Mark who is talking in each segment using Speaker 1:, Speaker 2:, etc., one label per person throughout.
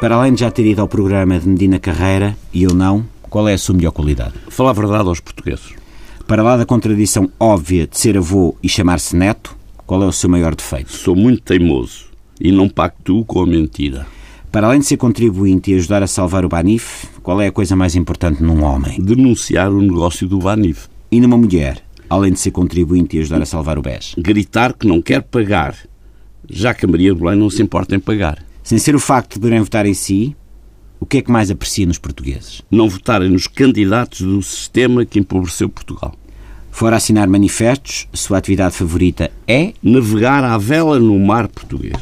Speaker 1: Para além de já ter ido ao programa de Medina Carreira, e eu não, qual é a sua melhor qualidade?
Speaker 2: Falar a verdade aos portugueses.
Speaker 1: Para lá da contradição óbvia de ser avô e chamar-se neto, qual é o seu maior defeito?
Speaker 2: Sou muito teimoso e não pactuo com a mentira.
Speaker 1: Para além de ser contribuinte e ajudar a salvar o Banif, qual é a coisa mais importante num homem?
Speaker 2: Denunciar o negócio do Banif.
Speaker 1: E numa mulher, além de ser contribuinte e ajudar a salvar o BES?
Speaker 2: Gritar que não quer pagar, já que a Maria do Belém não se importa em pagar.
Speaker 1: Sem ser o facto de poderem votar em si, o que é que mais aprecia nos portugueses?
Speaker 2: Não votarem nos candidatos do sistema que empobreceu Portugal.
Speaker 1: Fora assinar manifestos, a sua atividade favorita é,
Speaker 2: Navegar à vela no mar português.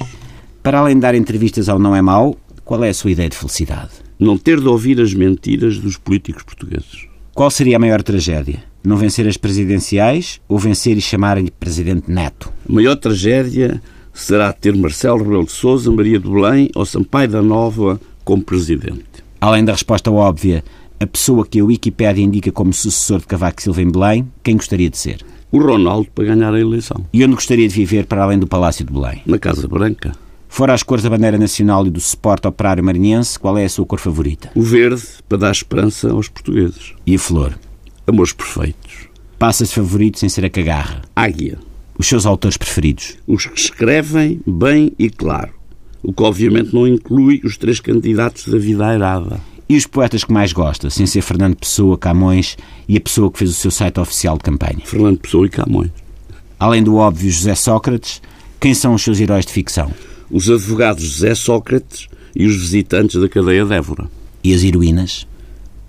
Speaker 1: para além de dar entrevistas ao Não é Mau, qual é a sua ideia de felicidade?
Speaker 2: Não ter de ouvir as mentiras dos políticos portugueses.
Speaker 1: Qual seria a maior tragédia? Não vencer as presidenciais ou vencer e chamarem-lhe Presidente Neto?
Speaker 2: A maior tragédia será ter Marcelo Rebelo de Sousa, Maria do Belém ou Sampaio da Nova como presidente.
Speaker 1: Além da resposta óbvia, a pessoa que a Wikipédia indica como sucessor de Cavaco Silva em Belém, quem gostaria de ser?
Speaker 2: O Ronaldo para ganhar a eleição.
Speaker 1: E onde gostaria de viver para além do Palácio de Belém?
Speaker 2: Na Casa Branca.
Speaker 1: Fora as cores da bandeira nacional e do suporte operário marinhense, qual é a sua cor favorita?
Speaker 2: O verde para dar esperança aos portugueses.
Speaker 1: E a flor?
Speaker 2: Amores perfeitos.
Speaker 1: Passas de favorito sem ser a cagarra.
Speaker 2: Águia.
Speaker 1: Os seus autores preferidos?
Speaker 2: Os que escrevem bem e claro. O que obviamente não inclui os três candidatos da vida airada.
Speaker 1: E os poetas que mais gosta, sem ser Fernando Pessoa, Camões e a pessoa que fez o seu site oficial de campanha?
Speaker 2: Fernando Pessoa e Camões.
Speaker 1: Além do óbvio José Sócrates, quem são os seus heróis de ficção?
Speaker 2: Os advogados José Sócrates e os visitantes da cadeia de Évora.
Speaker 1: E as heroínas?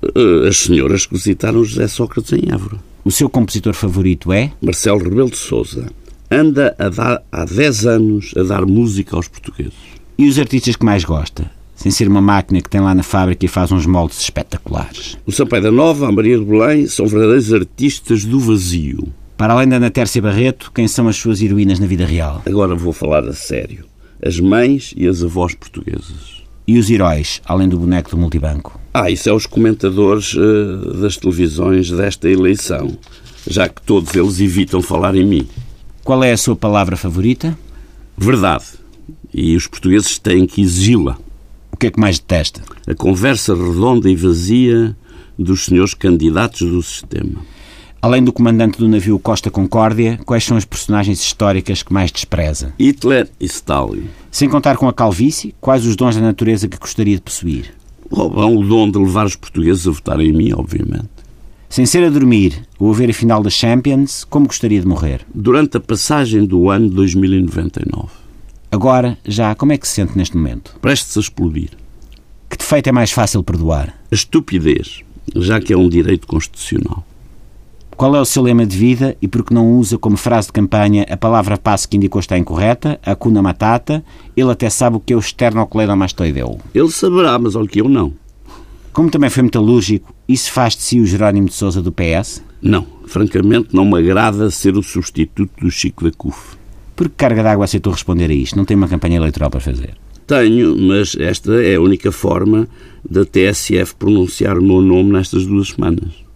Speaker 2: Eh, As senhoras que visitaram José Sócrates em Évora.
Speaker 1: O seu compositor favorito é?
Speaker 2: Marcelo Rebelo de Sousa anda a dar, há 10 anos a dar música aos portugueses.
Speaker 1: E os artistas que mais gosta? Sem ser uma máquina que tem lá na fábrica e faz uns moldes espetaculares.
Speaker 2: O Sampaio da Nova, a Maria de Belém, são verdadeiros artistas do vazio.
Speaker 1: Para além da Ana Tércia Barreto, quem são as suas heroínas na vida real?
Speaker 2: Agora vou falar a sério. As mães e as avós portuguesas.
Speaker 1: E os heróis, além do boneco do multibanco?
Speaker 2: Ah, isso é os comentadores eh, das televisões desta eleição, já que todos eles evitam falar em mim.
Speaker 1: Qual é a sua palavra favorita?
Speaker 2: Verdade. E os portugueses têm que exigi-la.
Speaker 1: O que é que mais detesta?
Speaker 2: A conversa redonda e vazia dos senhores candidatos do sistema.
Speaker 1: Além do comandante do navio Costa Concórdia, quais são as personagens históricas que mais despreza?
Speaker 2: Hitler e Stalin
Speaker 1: Sem contar com a calvície, quais os dons da natureza que gostaria de possuir?
Speaker 2: roubam o dom de levar os portugueses a votar em mim, obviamente.
Speaker 1: Sem ser a dormir ou a ver a final da Champions, como gostaria de morrer?
Speaker 2: Durante a passagem do ano 2099,
Speaker 1: Agora, já, como é que se sente neste momento?
Speaker 2: prestes a explodir,
Speaker 1: Que defeito é mais fácil perdoar?
Speaker 2: a estupidez, já que é um direito constitucional,
Speaker 1: Qual é o seu lema de vida e por que não usa como frase de campanha a palavra passe que indicou está incorreta, a cuna matata, ele até sabe o que é o esternocleidomastoideu?
Speaker 2: ele saberá, mas olha que eu não.
Speaker 1: Como também foi metalúrgico, isso faz de si o Jerónimo de Sousa do PS?
Speaker 2: Não, francamente não me agrada ser o substituto do Chico da CUF.
Speaker 1: Por que carga d'água aceitou responder a isto? Não tem uma campanha eleitoral para fazer.
Speaker 2: Tenho, mas esta é a única forma da TSF pronunciar o meu nome nestas duas semanas.